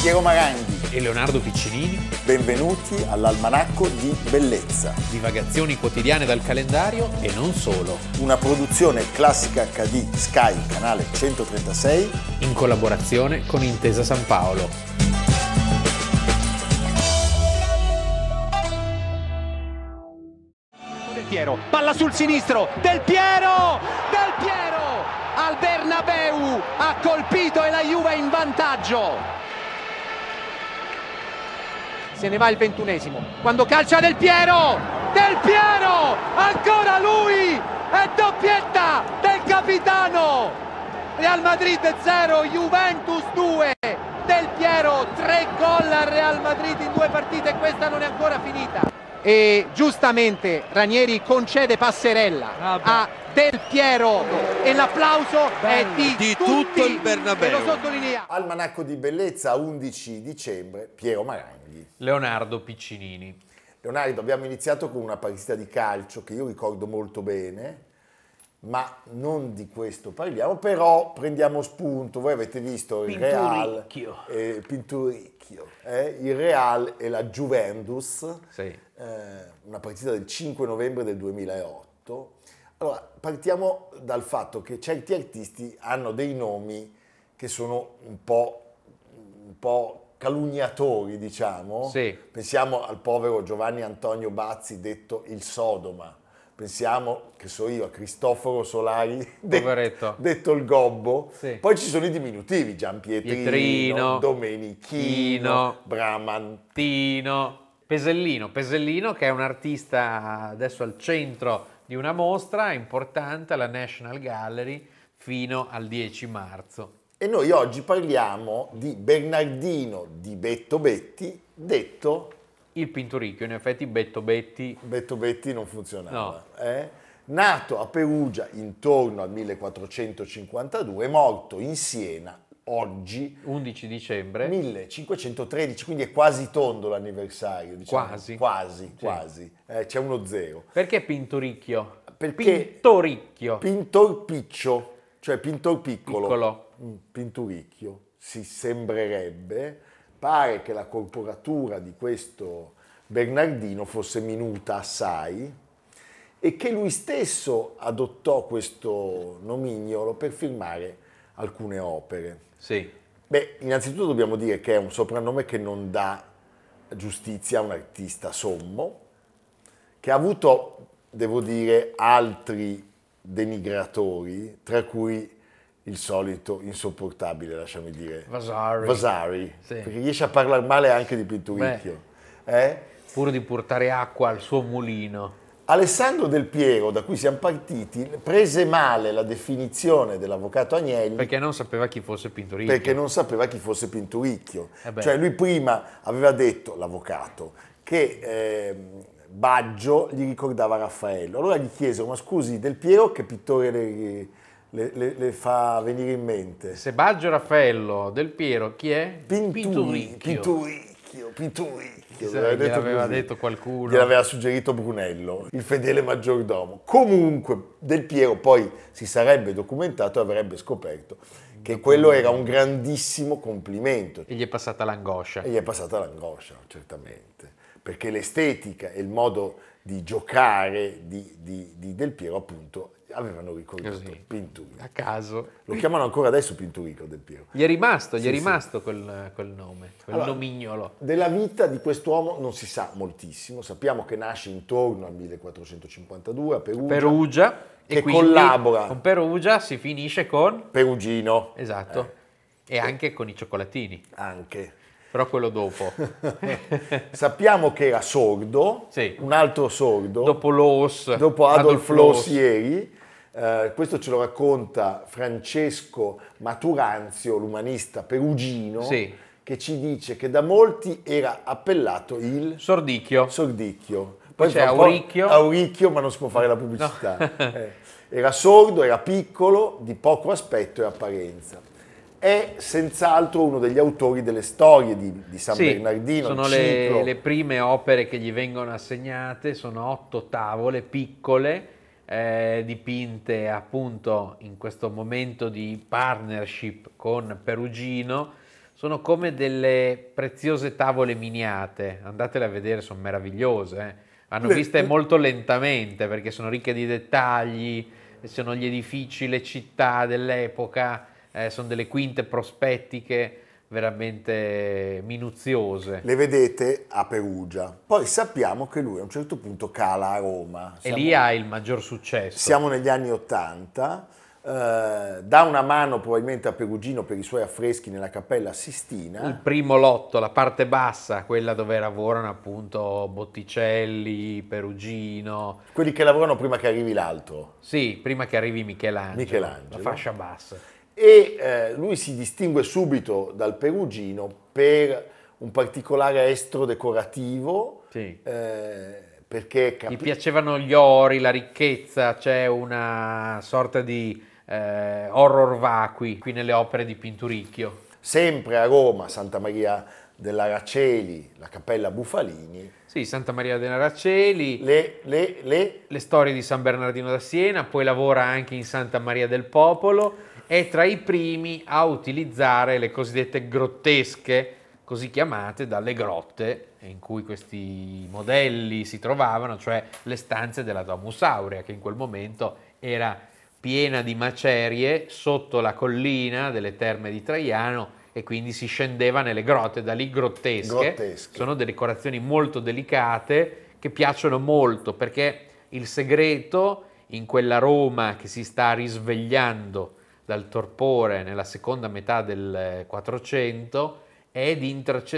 Piero Maranghi. e Leonardo Piccinini, Benvenuti all'Almanacco di Bellezza, divagazioni quotidiane dal calendario e non solo, una produzione classica HD Sky, canale 136. in collaborazione con Intesa San Paolo. Del Piero, palla sul sinistro, Del Piero, Del Piero, al Bernabeu, ha colpito e la Juve è in vantaggio. Se ne va il ventunesimo, quando calcia Del Piero, Del Piero, ancora lui, e doppietta del capitano. Real Madrid 0, Juventus 2, Del Piero 3 gol al Real Madrid in due partite, questa non è ancora finita e giustamente Ranieri concede passerella Ah, a Del Piero e l'applauso è di, Di tutti, tutto il Bernabeu. e lo sottolineiamo. Almanacco di Bellezza, 11 dicembre, Piero Maranghi. Leonardo Piccinini. Leonardo, abbiamo iniziato con una partita di calcio che io ricordo molto bene, ma non di questo parliamo, però prendiamo spunto, voi avete visto il Real, Pinturicchio. eh, Pinturicchio, eh, il Real e la Juventus, Sì. eh, una partita del 5 novembre del 2008. Allora, partiamo dal fatto che certi artisti hanno dei nomi che sono un po', un po' calunniatori, diciamo. Sì. Pensiamo al povero Giovanni Antonio Bazzi, detto il Sodoma. Pensiamo, che so io, a Cristoforo Solari, de- Poveretto. detto il Gobbo. Sì. Poi ci sono i diminutivi, Gianpietrino, Pietrino, Chino. Domenichino, Brahman, Tino Pesellino, Pesellino che è un artista adesso al centro di una mostra importante alla National Gallery fino al 10 marzo. E noi oggi parliamo di Bernardino di Betto Betti, detto Il Pinturicchio, in effetti Betto Betti Betto Betti non funzionava. eh? Nato a Perugia intorno al 1452, morto in Siena oggi 11 dicembre. 1513, quindi è quasi tondo l'anniversario. diciamo. Quasi. Quasi, Sì. quasi. Eh, c'è uno zero. Perché Pinturicchio? Perché- Pintoricchio. Pintor piccio, cioè pintor piccolo, Piccolo. Mm, pinturicchio, si sembrerebbe, pare che la corporatura di questo Bernardino fosse minuta assai e che lui stesso adottò questo nomignolo per firmare alcune opere. Sì. Beh, innanzitutto dobbiamo dire che è un soprannome che non dà giustizia a un artista sommo, che ha avuto, devo dire, altri denigratori, tra cui il solito insopportabile, lasciami dire, Vasari. Vasari, Sì. perché riesce a parlare male anche di Pinturicchio. eh? Pur di portare acqua al suo mulino. Alessandro Del Piero, da cui siamo partiti, prese male la definizione dell'avvocato Agnelli Perché non sapeva chi fosse Pinturicchio. perché non sapeva chi fosse Pinturicchio. Eh beh. cioè lui prima aveva detto, l'avvocato, che ehm, Baggio gli ricordava Raffaello. Allora gli chiesero, ma scusi, Del Piero che pittore le, le- le- le fa venire in mente? Sebaggio Raffaello Del Piero, chi è? Pinturi- Pinturicchio, Pinturicchio. Chissà, Gliel'aveva gliel'aveva così. detto qualcuno. Gliel'aveva suggerito Brunello, il fedele maggiordomo. Comunque, Del Piero poi si sarebbe documentato e avrebbe scoperto che quello era un grandissimo complimento. E gli è passata l'angoscia. E gli è passata l'angoscia, certamente, perché l'estetica e il modo di giocare di, di- di Del Piero, appunto, avevano ricordato Così. Pinturicchio. A caso. Lo chiamano ancora adesso Pinturicchio Del Piero. Gli è rimasto, gli è Sì, sì. rimasto quel, quel nome, quel Allora- nomignolo. Della vita di quest'uomo non si sa moltissimo, sappiamo che nasce intorno al 1452 a Perugia, Perugia. Che e quindi collabora. Con Perugia si finisce con... Perugino Esatto. Eh. E anche con i cioccolatini. anche. Però quello dopo. sappiamo che era sordo, Sì. un altro sordo, dopo Loos. dopo Adolf Loos. Loos ieri. eh, questo ce lo racconta Francesco Maturanzio, l'umanista perugino, Sì. che ci dice che da molti era appellato il Sordicchio. sordicchio. Poi c'è fra un po' Cioè, Auricchio. Auricchio, ma non si può fare la pubblicità. Eh, Era sordo, era piccolo, di poco aspetto e apparenza. È senz'altro uno degli autori delle storie di, di San Sì, Bernardino. sono il le, ciclo. le prime opere che gli vengono assegnate, sono otto tavole piccole, eh, dipinte appunto in questo momento di partnership con Perugino, sono come delle preziose tavole miniate, andatele a vedere, sono meravigliose. Vanno Le- viste molto lentamente perché sono ricche di dettagli, sono gli edifici, le città dell'epoca, eh, sono delle quinte prospettiche veramente minuziose. Le vedete a Perugia. Poi sappiamo che lui a un certo punto cala a Roma. E Siamo- lì ha il maggior successo. Siamo negli anni Ottanta, eh, dà una mano probabilmente a Perugino per i suoi affreschi nella Cappella il Sistina. primo lotto, la parte bassa, quella dove lavorano appunto Botticelli, Perugino, Quelli che lavorano prima che arrivi l'altro. sì, prima che arrivi Michelangelo, Michelangelo. la fascia bassa. E eh, lui si distingue subito dal Perugino per un particolare estro decorativo, Sì. eh, perché capi- Gli piacevano gli ori, la ricchezza, c'è una sorta di eh, horror vacui qui nelle opere di Pinturicchio. sempre a Roma, Santa Maria dell'Araceli, la Cappella Bufalini, Sì, Santa Maria dei Naraceli, le- le- le le storie di San Bernardino da Siena, poi lavora anche in Santa Maria del Popolo, è tra i primi a utilizzare le cosiddette grottesche, così chiamate dalle grotte in cui questi modelli si trovavano, cioè le stanze della Domus Aurea, che in quel momento era piena di macerie sotto la collina delle terme di Traiano e quindi si scendeva nelle grotte, da lì grottesche. Grottesche. Sono delle decorazioni molto delicate che piacciono molto perché il segreto in quella Roma che si sta risvegliando dal torpore nella seconda metà del eh, 400 è di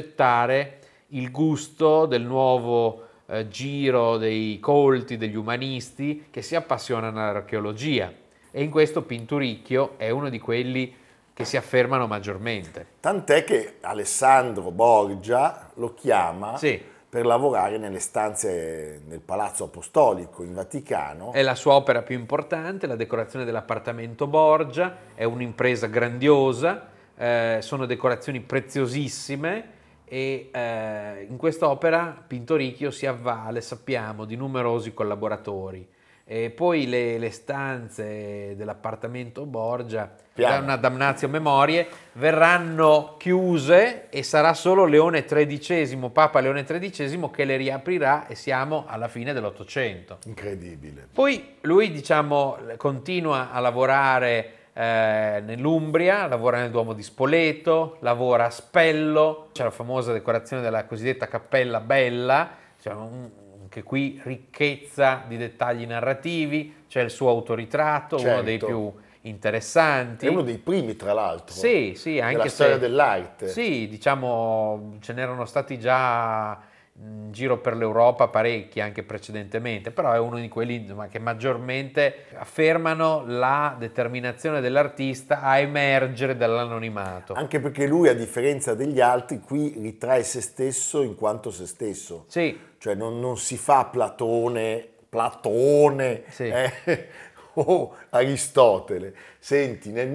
intercettare il gusto del nuovo eh, giro dei colti, degli umanisti che si appassionano all'archeologia e in questo Pinturicchio è uno di quelli che si affermano maggiormente. Tant'è che Alessandro Borgia lo chiama Sì. per lavorare nelle stanze nel Palazzo Apostolico in Vaticano. È la sua opera più importante, la decorazione dell'appartamento Borgia, è un'impresa grandiosa, eh, sono decorazioni preziosissime e eh, in quest'opera Pintoricchio si avvale, sappiamo, di numerosi collaboratori. E poi le, le stanze dell'appartamento Borgia, Piano. da una damnazio memorie, verranno chiuse e sarà solo Leone XIII, Papa Leone XIII, che le riaprirà e siamo alla fine dell'Ottocento. Incredibile. Poi lui, diciamo, continua a lavorare eh, nell'Umbria, lavora nel Duomo di Spoleto, lavora a Spello, c'è la famosa decorazione della cosiddetta Cappella Bella, cioè un- anche qui ricchezza di dettagli narrativi, c'è il suo autoritratto, uno Certo. dei più interessanti. È uno dei primi, tra l'altro. Sì, sì, anche della storia se- dell'arte. Sì, diciamo, ce n'erano stati già in giro per l'Europa parecchi anche precedentemente, però è uno di quelli insomma, che maggiormente affermano la determinazione dell'artista a emergere dall'anonimato. Anche perché lui, a differenza degli altri, qui ritrae se stesso in quanto se stesso. Sì, Cioè non, non si fa Platone, Platone Sì. eh, o Aristotele. Senti, nel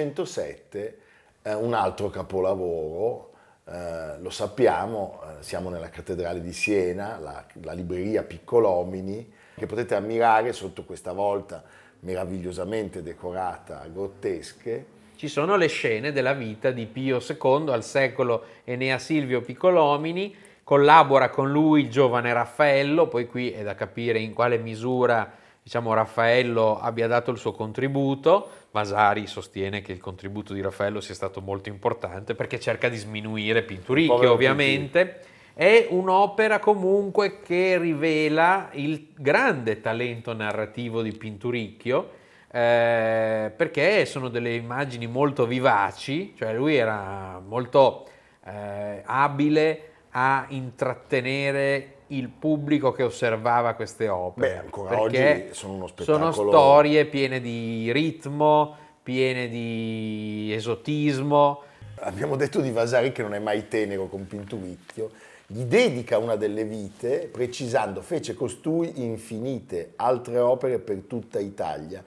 1507 eh, un altro capolavoro, eh, lo sappiamo, eh, siamo nella cattedrale di Siena, la, la libreria Piccolomini, che potete ammirare sotto questa volta meravigliosamente decorata a grottesche. ci sono le scene della vita di Pio II al secolo Enea Silvio Piccolomini, collabora con lui il giovane Raffaello, poi qui è da capire in quale misura diciamo, Raffaello abbia dato il suo contributo, Vasari sostiene che il contributo di Raffaello sia stato molto importante perché cerca di sminuire Pinturicchio Povero ovviamente. È un'opera comunque che rivela il grande talento narrativo di Pinturicchio, eh, perché sono delle immagini molto vivaci, cioè lui era molto eh, abile a intrattenere il pubblico che osservava queste opere. Beh, ancora perché oggi sono uno sono spettacolo. storie piene di ritmo, piene di esotismo. Abbiamo detto di Vasari che non è mai tenero con Pinturicchio, gli dedica una delle vite precisando fece costui infinite altre opere per tutta Italia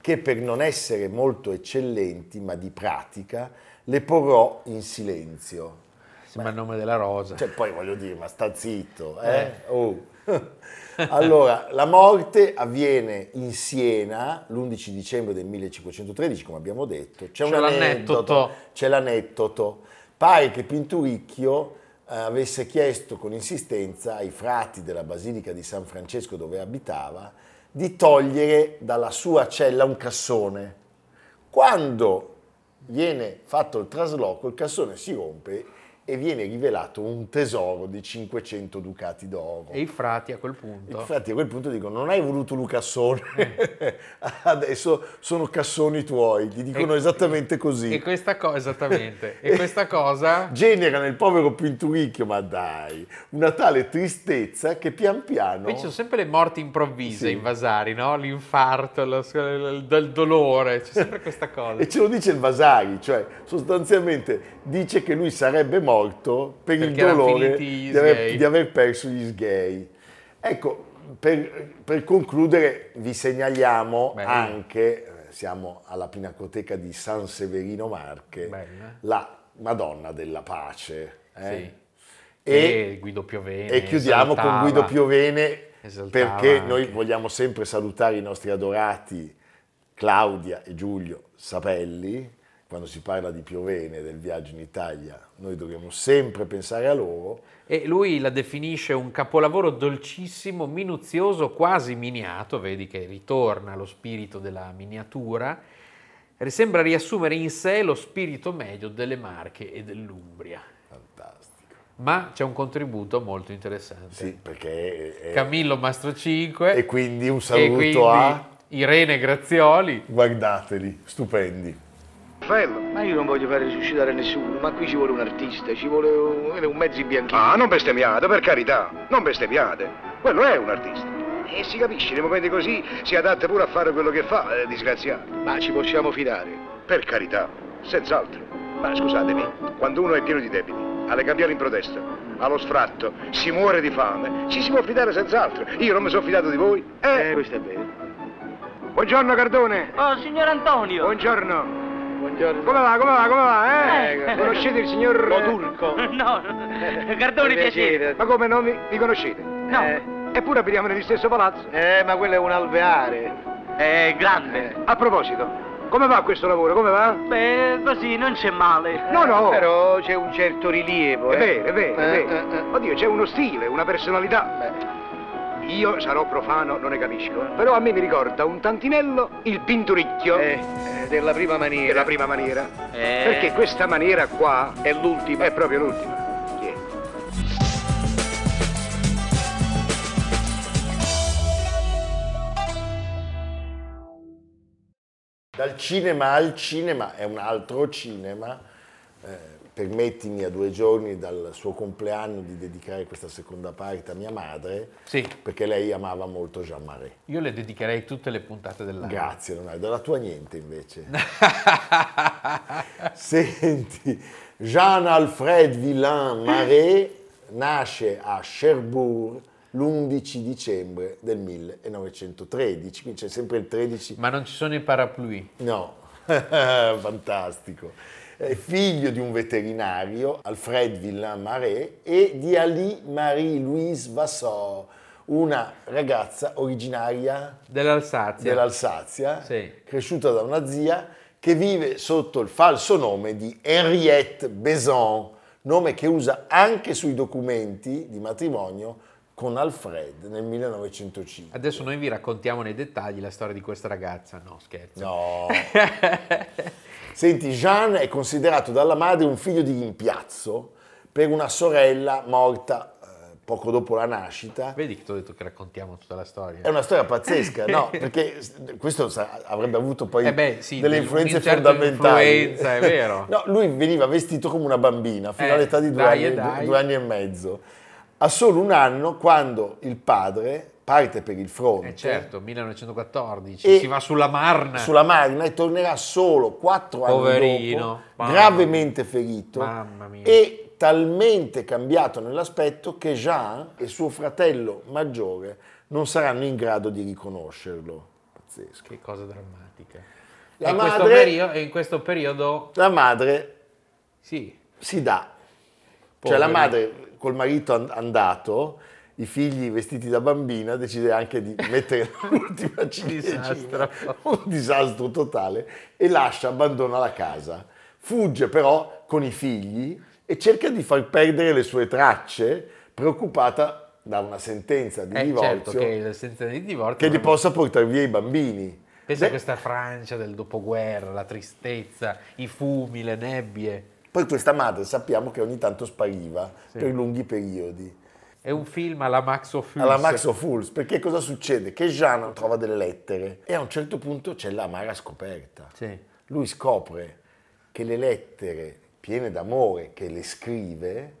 che per non essere molto eccellenti ma di pratica le porrò in silenzio. Sembra il nome della rosa. Cioè poi voglio dire, ma sta zitto, eh? Oh. allora, la morte avviene in Siena l'11 dicembre del 1513, come abbiamo detto. C'è, C'è un l'aneddoto. aneddoto, C'è l'aneddoto. Pare che Pinturicchio eh, avesse chiesto con insistenza ai frati della Basilica di San Francesco dove abitava di togliere dalla sua cella un cassone. Quando viene fatto il trasloco, il cassone si rompe e viene rivelato un tesoro di 500 ducati d'oro. E i frati a quel E punto. Eh. Infatti a quel punto dicono, non hai voluto Lucassone, adesso sono cassoni tuoi, gli dicono E- esattamente così. E questa cosa, esattamente. E questa cosa Genera nel povero Pinturicchio, ma dai, una tale tristezza che pian piano... Qui ci sono sempre le morti improvvise Sì. in Vasari, no? L'infarto, lo- il, il dolore, c'è sempre questa cosa. E ce lo dice il Vasari, cioè sostanzialmente dice che lui sarebbe morto per Perché il erano dolore finiti gli di aver, sgay. di aver perso gli sgay. Ecco, per, per concludere vi segnaliamo Bene. anche, eh, siamo alla Pinacoteca di San Severino Marche, Bene. la Madonna della Pace. eh? Sì. E, E, Guido Piovene. e chiudiamo con Ehm, esaltava. Guido Piovene Esaltava perché noi anche. vogliamo sempre salutare i nostri adorati Claudia e Giulio Sapelli. Quando si parla di Piovene e del viaggio in Italia, noi dobbiamo sempre pensare a loro. E lui la definisce un capolavoro dolcissimo, minuzioso, quasi miniato, vedi che ritorna lo spirito della miniatura, sembra riassumere in sé lo spirito medio delle Marche e dell'Umbria. Fantastico. Ma c'è un contributo molto interessante. Sì, perché è- è- Camillo Mastro 5 Eh, e quindi un e saluto quindi a Irene Grazioli. guardateli, stupendi. Raffaello, ma io non voglio fare risuscitare nessuno, ma qui ci vuole un artista, ci vuole un, un mezzo bianchino. Ah, non bestemmiate, per carità, non bestemmiate. Quello è un artista. E si capisce, nei momenti così si adatta pure a fare quello che fa, eh, disgraziato. Ma ci possiamo fidare. Per carità, senz'altro. Ma scusatemi, quando uno è pieno di debiti, alle cambiali in protesta, allo sfratto, si muore di fame, ci si può fidare senz'altro. Io non mi sono fidato di voi. Eh, Eh, questo è vero. buongiorno Cardone. Oh, signor Antonio! Buongiorno. Buongiorno. Come va, come va, come va, eh? Eh, Conoscete il signor... Lo turco. No, Gardoni, piacere. Ma come, non vi, vi conoscete? No. Eh, Eppure abitiamo nello stesso palazzo. eh, ma quello è un alveare. Eh, grande. A proposito, come va questo lavoro? Come va? Beh, così non c'è male. No, no. Però c'è un certo rilievo, È eh. vero, è vero, è Eh, vero. eh, eh. Oddio, c'è uno stile, una personalità. Io sarò profano, non ne capisco. Però a me mi ricorda un tantinello il pinturicchio. Eh, eh, della prima maniera. Della prima maniera. Eh. Perché questa maniera qua È l'ultima. è proprio l'ultima. Sì. Dal cinema al cinema è un altro cinema. Eh, permettimi a due giorni dal suo compleanno di dedicare questa seconda parte a mia madre, Sì, perché lei amava molto Jean Marais. io le dedicherei tutte le puntate dell'anno. Grazie Leonardo, la tua niente invece. Senti, Jean-Alfred Villain Marais nasce a Cherbourg l'11 dicembre del 1913, quindi c'è sempre il 13 Ma non ci sono i parapluie. No, fantastico. È figlio di un veterinario, Alfred Villain-Marais, e di Ali Marie-Louise Vassor, una ragazza originaria Dell'Alsazia. dell'Alsazia, Sì. cresciuta da una zia che vive sotto il falso nome di Henriette Besant, nome che usa anche sui documenti di matrimonio con Alfred nel 1905. Adesso noi vi raccontiamo nei dettagli la storia di questa ragazza. No, scherzo. No. Senti, Jean è considerato dalla madre un figlio di rimpiazzo per una sorella morta eh, poco dopo la nascita. Vedi che ti ho detto che raccontiamo tutta la storia. È una storia pazzesca, no? Perché s- questo sa- avrebbe avuto poi Eh beh, sì, delle del- influenze un certo fondamentali. influenza, è vero. no, lui veniva vestito come una bambina fino Eh, all'età di due, dai, anni, eh, dai. due anni e mezzo. Ha solo un anno quando il padre parte per il fronte. Eh certo, 1914, E- si va sulla Marna. sulla Magna e tornerà solo quattro anni Eh. Poverino, dopo, mamma gravemente ferito Mamma mia. e talmente cambiato nell'aspetto che Jean e suo fratello maggiore non saranno in grado di riconoscerlo. Pazzesco. Che cosa drammatica. La e, in questo madre- perio- e in questo periodo, La madre sì, si dà, cioè Poverino. la madre col marito and- andato, i figli vestiti da bambina, decide anche di mettere l'ultima ciliegina, Disastro. un disastro totale, e lascia, abbandona la casa. Fugge però con i figli e cerca di far perdere le sue tracce, preoccupata da una sentenza di Eh, certo divorzio che la sentenza di divorzio che gli non- possa portare via i bambini. Pensa a Beh, questa Francia del dopoguerra, la tristezza, i fumi, le nebbie. Poi questa madre sappiamo che ogni tanto spariva Sì. per lunghi periodi. È un film alla Max Ophuls. alla Max of Fools, perché cosa succede? Che Jean trova delle lettere e a un certo punto c'è l'amara scoperta. Sì. Lui scopre che le lettere piene d'amore che le scrive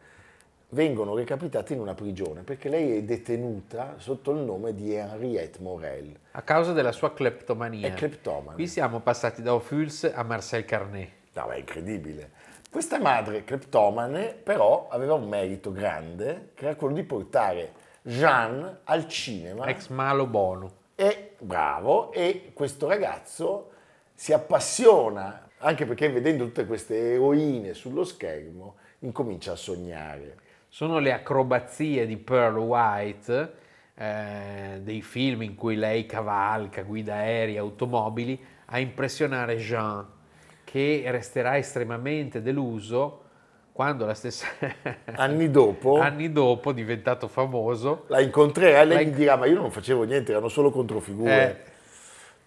vengono recapitate in una prigione perché lei è detenuta sotto il nome di Henriette Morel. A causa della sua cleptomania. È cleptomane. Qui siamo passati da Ophuls a Marcel Carnet. No, ma è incredibile. Questa madre cleptomane però aveva un merito grande che era quello di portare Jean al cinema Ex malo bono. è bravo e questo ragazzo si appassiona anche perché vedendo tutte queste eroine sullo schermo incomincia a sognare. Sono le acrobazie di Pearl White, eh, dei film in cui lei cavalca, guida aerei, automobili, a impressionare Jean, che resterà estremamente deluso quando la stessa... Anni dopo anni dopo, diventato famoso, la incontrerà e lei La Eh. gli dirà ma io non facevo niente, erano solo controfigure.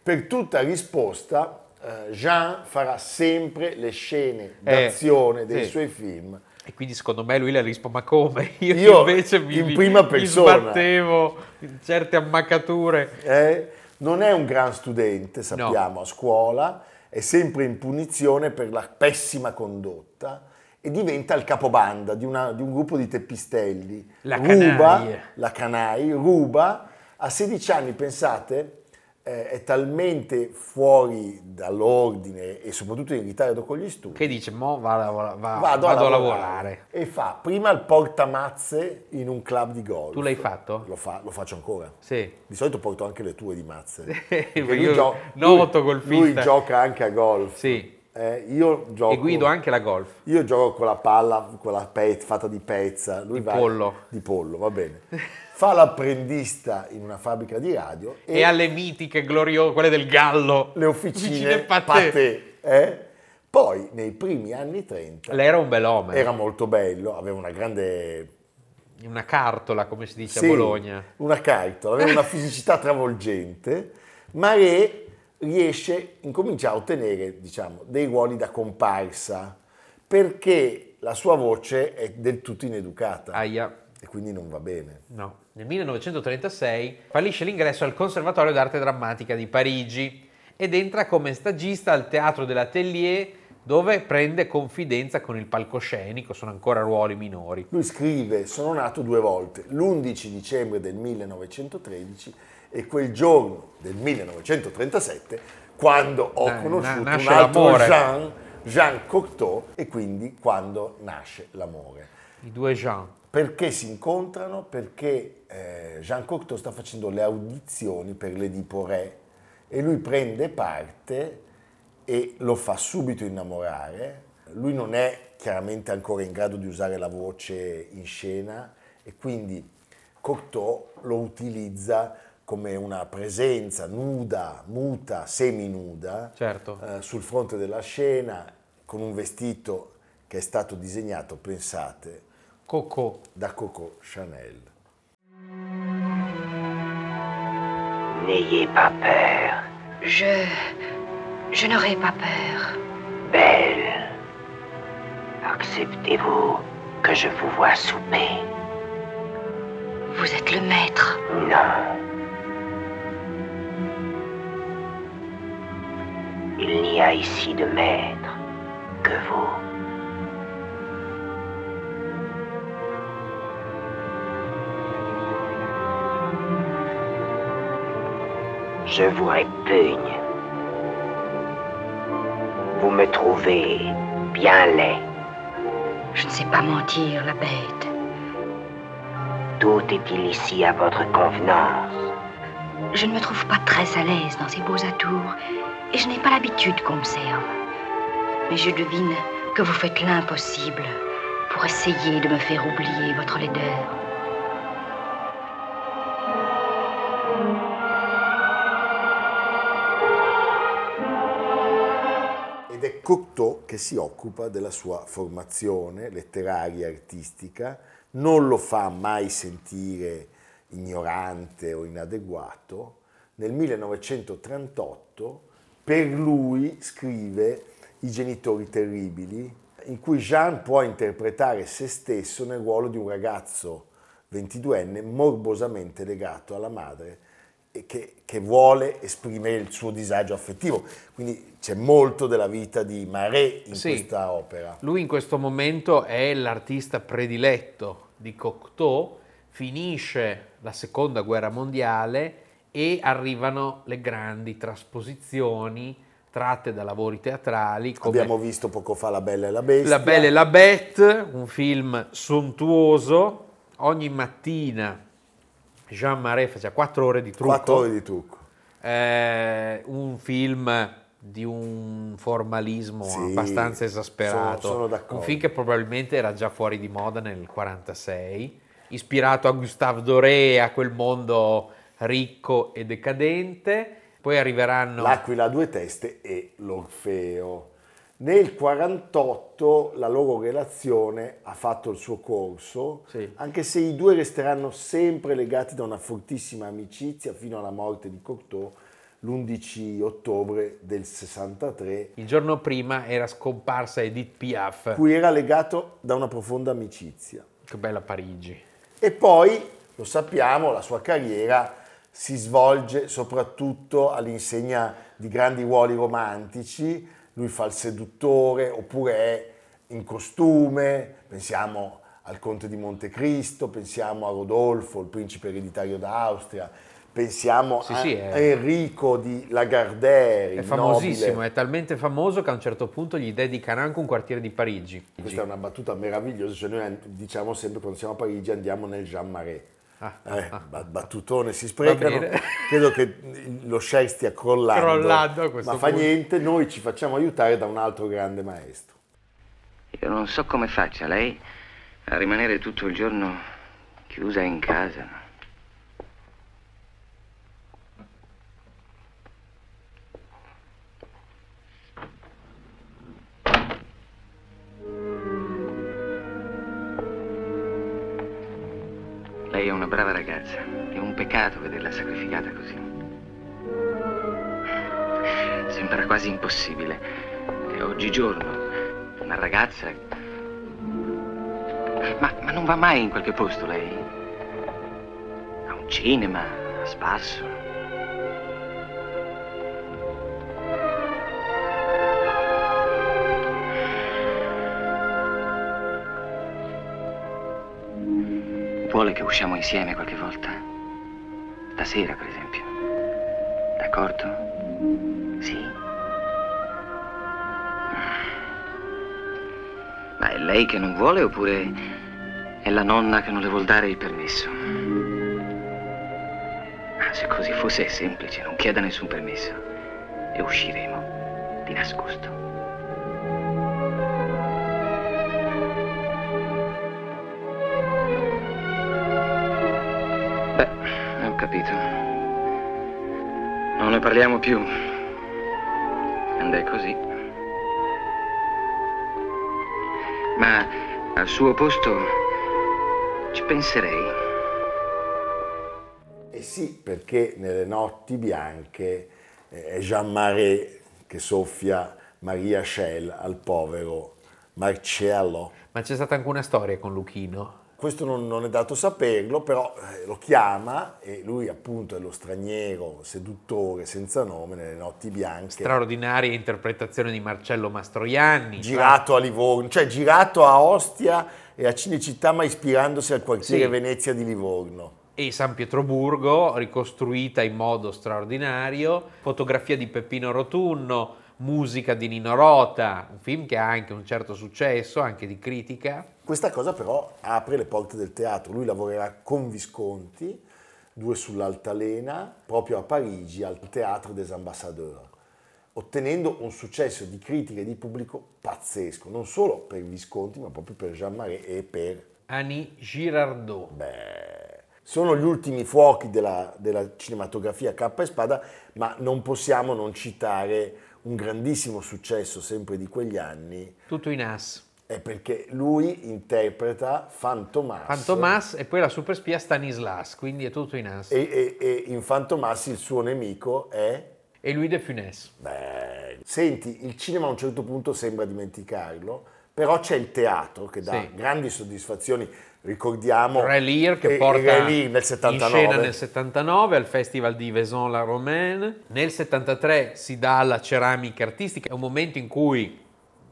Per tutta risposta eh, Jean farà sempre le scene Eh, d'azione dei sì. suoi film. E quindi secondo me lui le risponde, ma come? Io, Io, invece mi, in mi- prima mi persona." sbattevo in certe ammaccature. Eh, Non è un gran studente, sappiamo, a scuola, è sempre in punizione per la pessima condotta e diventa il capobanda di, una- di un gruppo di teppistelli. La ruba, canaglia. la Canai, ruba, a 16 anni, pensate, eh, è talmente fuori dall'ordine e soprattutto in ritardo con gli studi. Che dice, mo vado a, lavora- va- Vado, a, lavorare. lavorare. e fa prima il portamazze in un club di golf. Tu l'hai fatto? Lo, fa- lo faccio ancora. Sì. Di solito porto anche le tue di mazze. Perché Io noto golfista. Lui gioca anche a golf. Sì. Eh, io gioco, E guido anche la golf. Io gioco con la palla, con la pe- fatta di pezza. Lui Di va- pollo. Di pollo, va bene. Fa l'apprendista in una fabbrica di radio e, E alle mitiche gloriose, quelle del gallo. le officine, patè. patè, eh. Poi, nei primi anni 30, Lei era un bell'uomo, era molto bello, aveva una grande una cartola, come si dice Sì, a Bologna. Una cartola, aveva una fisicità travolgente, ma Re riesce, incomincia a ottenere, diciamo, dei ruoli da comparsa, perché la sua voce è del tutto ineducata Aia, e quindi non va bene. no. Nel 1936 fallisce l'ingresso al Conservatorio d'Arte Drammatica di Parigi ed entra come stagista al Teatro dell'Atelier dove prende confidenza con il palcoscenico, sono ancora ruoli minori. Lui scrive, sono nato due volte, l'11 dicembre del 1913 e quel giorno del 1937, quando ho Eh, conosciuto na- nasce un altro l'amore. Jean, Jean Cocteau, e quindi quando nasce l'amore. I due Jean. Perché si incontrano? Perché eh, Jean Cocteau sta facendo le audizioni per l'Edipo Re e lui prende parte e lo fa subito innamorare. Lui non è chiaramente ancora in grado di usare la voce in scena e quindi Cocteau lo utilizza come una presenza nuda, muta, seminuda Certo. eh, sul fronte della scena con un vestito che è stato disegnato, pensate, Coco. da Coco Chanel. N'ayez pas peur. Je. Je n'aurai pas peur. Belle, acceptez-vous que je vous vois souper Vous êtes le maître. Non. Il n'y a ici de maître que vous. Je vous répugne. Vous me trouvez bien laid. Je ne sais pas mentir, la bête. Tout est-il ici à votre convenance Je ne me trouve pas très à l'aise dans ces beaux atours et je n'ai pas l'habitude qu'on me serve. Mais je devine que vous faites l'impossible pour essayer de me faire oublier votre laideur. Ed è Cocteau che si occupa della sua formazione letteraria e artistica, non lo fa mai sentire ignorante o inadeguato. Nel 1938 per lui scrive I genitori terribili, in cui Jean può interpretare se stesso nel ruolo di un ragazzo 22enne morbosamente legato alla madre e che, che, vuole esprimere il suo disagio affettivo. Quindi c'è molto della vita di Marais in Sì. questa opera. Lui in questo momento è l'artista prediletto di Cocteau, finisce la seconda guerra mondiale e arrivano le grandi trasposizioni tratte da lavori teatrali come Abbiamo visto poco fa La Bella e la Bestia. La Belle e la Bête, un film sontuoso. Ogni mattina Jean Marais faceva 4 ore di trucco. Quattro ore di trucco. Eh, un film di un formalismo Sì, abbastanza esasperato. sono- sono d'accordo. un film che probabilmente era già fuori di moda nel 46, ispirato a Gustave Doré, a quel mondo ricco e decadente. Poi arriveranno L'Aquila a due teste e l'Orfeo. Nel 48 la loro relazione ha fatto il suo corso, Sì. anche se i due resteranno sempre legati da una fortissima amicizia fino alla morte di Cocteau l'11 ottobre del 63, il giorno prima era scomparsa Edith Piaf. cui era legato da una profonda amicizia. Che bella Parigi. E poi, lo sappiamo, la sua carriera si svolge soprattutto all'insegna di grandi ruoli romantici. Lui fa il seduttore oppure è in costume, pensiamo al Conte di Montecristo, pensiamo a Rodolfo, il principe ereditario d'Austria, pensiamo Sì, a sì, è- Enrico di Lagardère, È il famosissimo, nobile. è talmente famoso che a un certo punto gli dedicano anche un quartiere di Parigi. Questa è una battuta meravigliosa, cioè noi diciamo sempre quando siamo a Parigi andiamo nel Jean Marais. Ah, Eh, ah, ba- battutone si sprecano, bene. credo che lo share stia crollando, Crollando a questo ma fa punto. niente, noi ci facciamo aiutare da un altro grande maestro. Io non so come faccia lei a rimanere tutto il giorno chiusa in casa. Lei è una brava ragazza. È un peccato vederla sacrificata così. Sembra quasi impossibile. È oggigiorno una ragazza. Ma, ma non va mai in qualche posto lei? A un cinema, a spasso. Vuole che usciamo insieme qualche volta? Stasera, per esempio. D'accordo? Sì. Ma è lei che non vuole oppure è la nonna che non le vuol dare il permesso? Ah, Se così fosse è semplice, non chieda nessun permesso e usciremo di nascosto. Beh, ho capito. Non ne parliamo più. Ed è così. Ma al suo posto ci penserei. E sì, perché nelle notti bianche eh, è Jean Marais che soffia Maria Schell al povero Marcello. Ma c'è stata anche una storia con Luchino. Questo non, non è dato saperlo, però eh, lo chiama e lui appunto è lo straniero seduttore senza nome nelle notti bianche. Straordinaria interpretazione di Marcello Mastroianni. girato a Livorno, cioè girato a Ostia e a Cinecittà, ma ispirandosi al quartiere Sì. Venezia di Livorno. E San Pietroburgo, ricostruita in modo straordinario. Fotografia di Peppino Rotunno, musica di Nino Rota. Un film che ha anche un certo successo, anche di critica. Questa cosa però apre le porte del teatro. Lui lavorerà con Visconti, due sull'altalena, proprio a Parigi, al Teatro des Ambassadeurs, ottenendo un successo di critica e di pubblico pazzesco, non solo per Visconti, ma proprio per Jean Marais e per Annie Girardot. Beh, sono gli ultimi fuochi della, della cinematografia K e Spada, ma non possiamo non citare un grandissimo successo sempre di quegli anni, Tutto in as. è perché lui interpreta Fantomas. Fantomas e poi la superspia Stanislas, quindi è tutto in as. E, e- e in Fantomas il suo nemico è... E lui De Funès. Beh, senti, il cinema a un certo punto sembra dimenticarlo, però c'è il teatro che dà Sì. grandi soddisfazioni. Ricordiamo... Re Lear che eh, porta Re Lear nel 79. in scena nel 79 al Festival di Vaison-la-Romaine. Nel 73 si dà alla ceramica artistica, è un momento in cui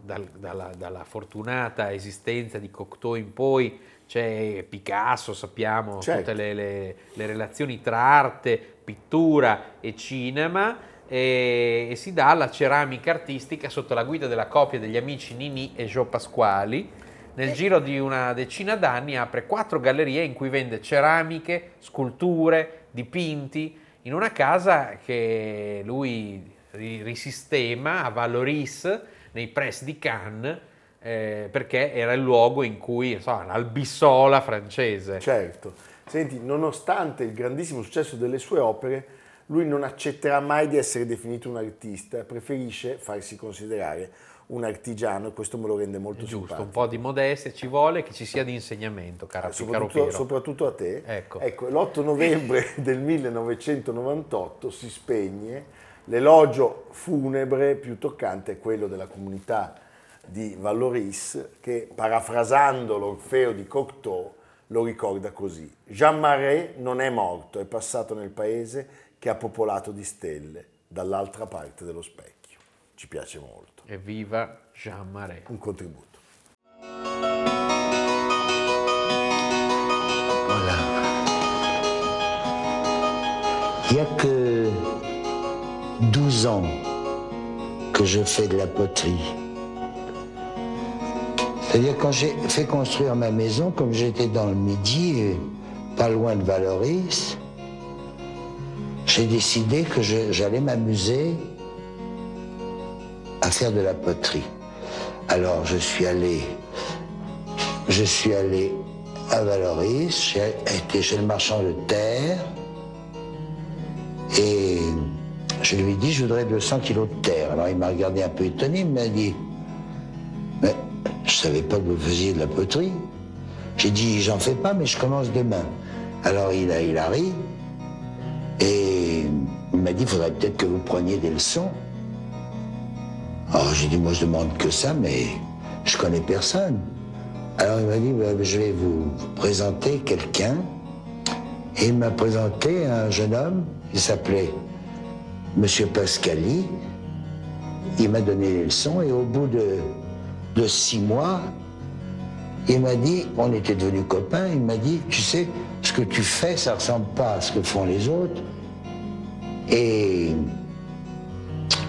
dal- dalla, dalla fortunata esistenza di Cocteau in poi c'è Picasso, sappiamo Certo. tutte le, le- le relazioni tra arte, pittura e cinema e, e si dà alla ceramica artistica sotto la guida della coppia degli amici Nini e Gio Pasquali. Nel giro di una decina d'anni apre quattro gallerie in cui vende ceramiche, sculture, dipinti, in una casa che lui ri- risistema a Valoris, nei pressi di Cannes, eh, perché era il luogo in cui, insomma, l'albissola francese. Certo. Senti, nonostante il grandissimo successo delle sue opere, lui non accetterà mai di essere definito un artista, preferisce farsi considerare un artigiano e questo me lo rende molto Giusto, un simpatico. Eh, po' di modestia ci vuole, che ci sia di insegnamento, cara, Eh, caro Ah, Soprattutto, Piero. soprattutto a te. Ecco. l'8 novembre del 1998 si spegne. L'elogio funebre più toccante è quello della comunità di Valoris che, parafrasando l'Orfeo di Cocteau, lo ricorda così. Jean Marais non è morto, è passato nel paese che ha popolato di stelle dall'altra parte dello specchio. Ci piace molto. Evviva Jean Marais. Un contributo. Voilà. Il n'y a que 12 ans que je fais de la poterie. C'est-à-dire quand j'ai fait construire ma maison, comme j'étais dans le Midi, euh, pas loin de Valoris, j'ai décidé que je- j'allais m'amuser à faire de la poterie. Alors je suis allé je suis allé à Valoris, j'ai été chez le marchand de terre et je lui ai dit je voudrais 200 kilos de terre. Alors il m'a regardé un peu étonné, il m'a dit mais je savais pas que vous faisiez de la poterie. J'ai dit j'en fais pas mais je commence demain. Alors il a, il a ri et il m'a dit faudrait peut-être que vous preniez des leçons. Alors Oh, j'ai dit moi je demande que ça mais je connais personne. Alors il m'a dit, Bah, je vais vous présenter quelqu'un. Et il m'a présenté un jeune homme, il s'appelait Monsieur Pascali. Il m'a donné les leçons et au bout de, de six mois, il m'a dit, on était devenus copains, il m'a dit, tu sais, ce que tu fais, ça ressemble pas à ce que font les autres. Et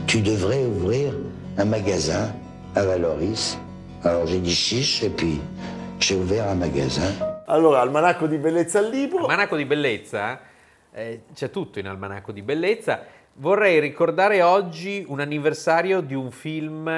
tu devrais ouvrir un magasin à Valoris. Alors j'ai dit chiche et puis j'ai ouvert un magasin. Allora, al manacco di bellezza al libro. Almanacco di bellezza, eh, c'è tutto in Almanacco di bellezza. Vorrei ricordare oggi un anniversario di un film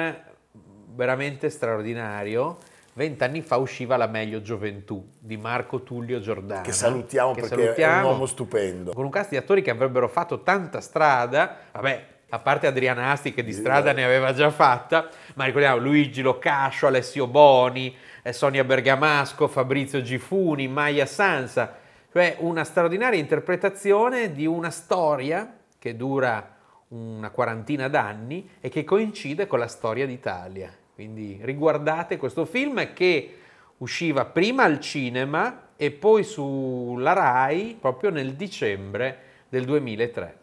veramente straordinario. Vent'anni fa usciva La meglio gioventù di Marco Tullio Giordano. Che salutiamo Che perché è un salutiamo. uomo stupendo. Con un cast di attori che avrebbero fatto tanta strada, vabbè, a parte Adriana Asti che di strada ne aveva già fatta, ma ricordiamo Luigi Locascio, Alessio Boni, eh, Sonia Bergamasco, Fabrizio Gifuni, Maya Sansa, cioè una straordinaria interpretazione di una storia che dura una quarantina d'anni e che coincide con la storia d'Italia. Quindi riguardate questo film che usciva prima al cinema e poi sulla RAI proprio nel dicembre del 2003.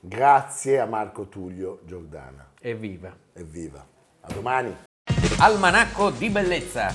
Grazie a Marco Tullio Giordana. Evviva! Evviva. A domani. Almanacco di bellezza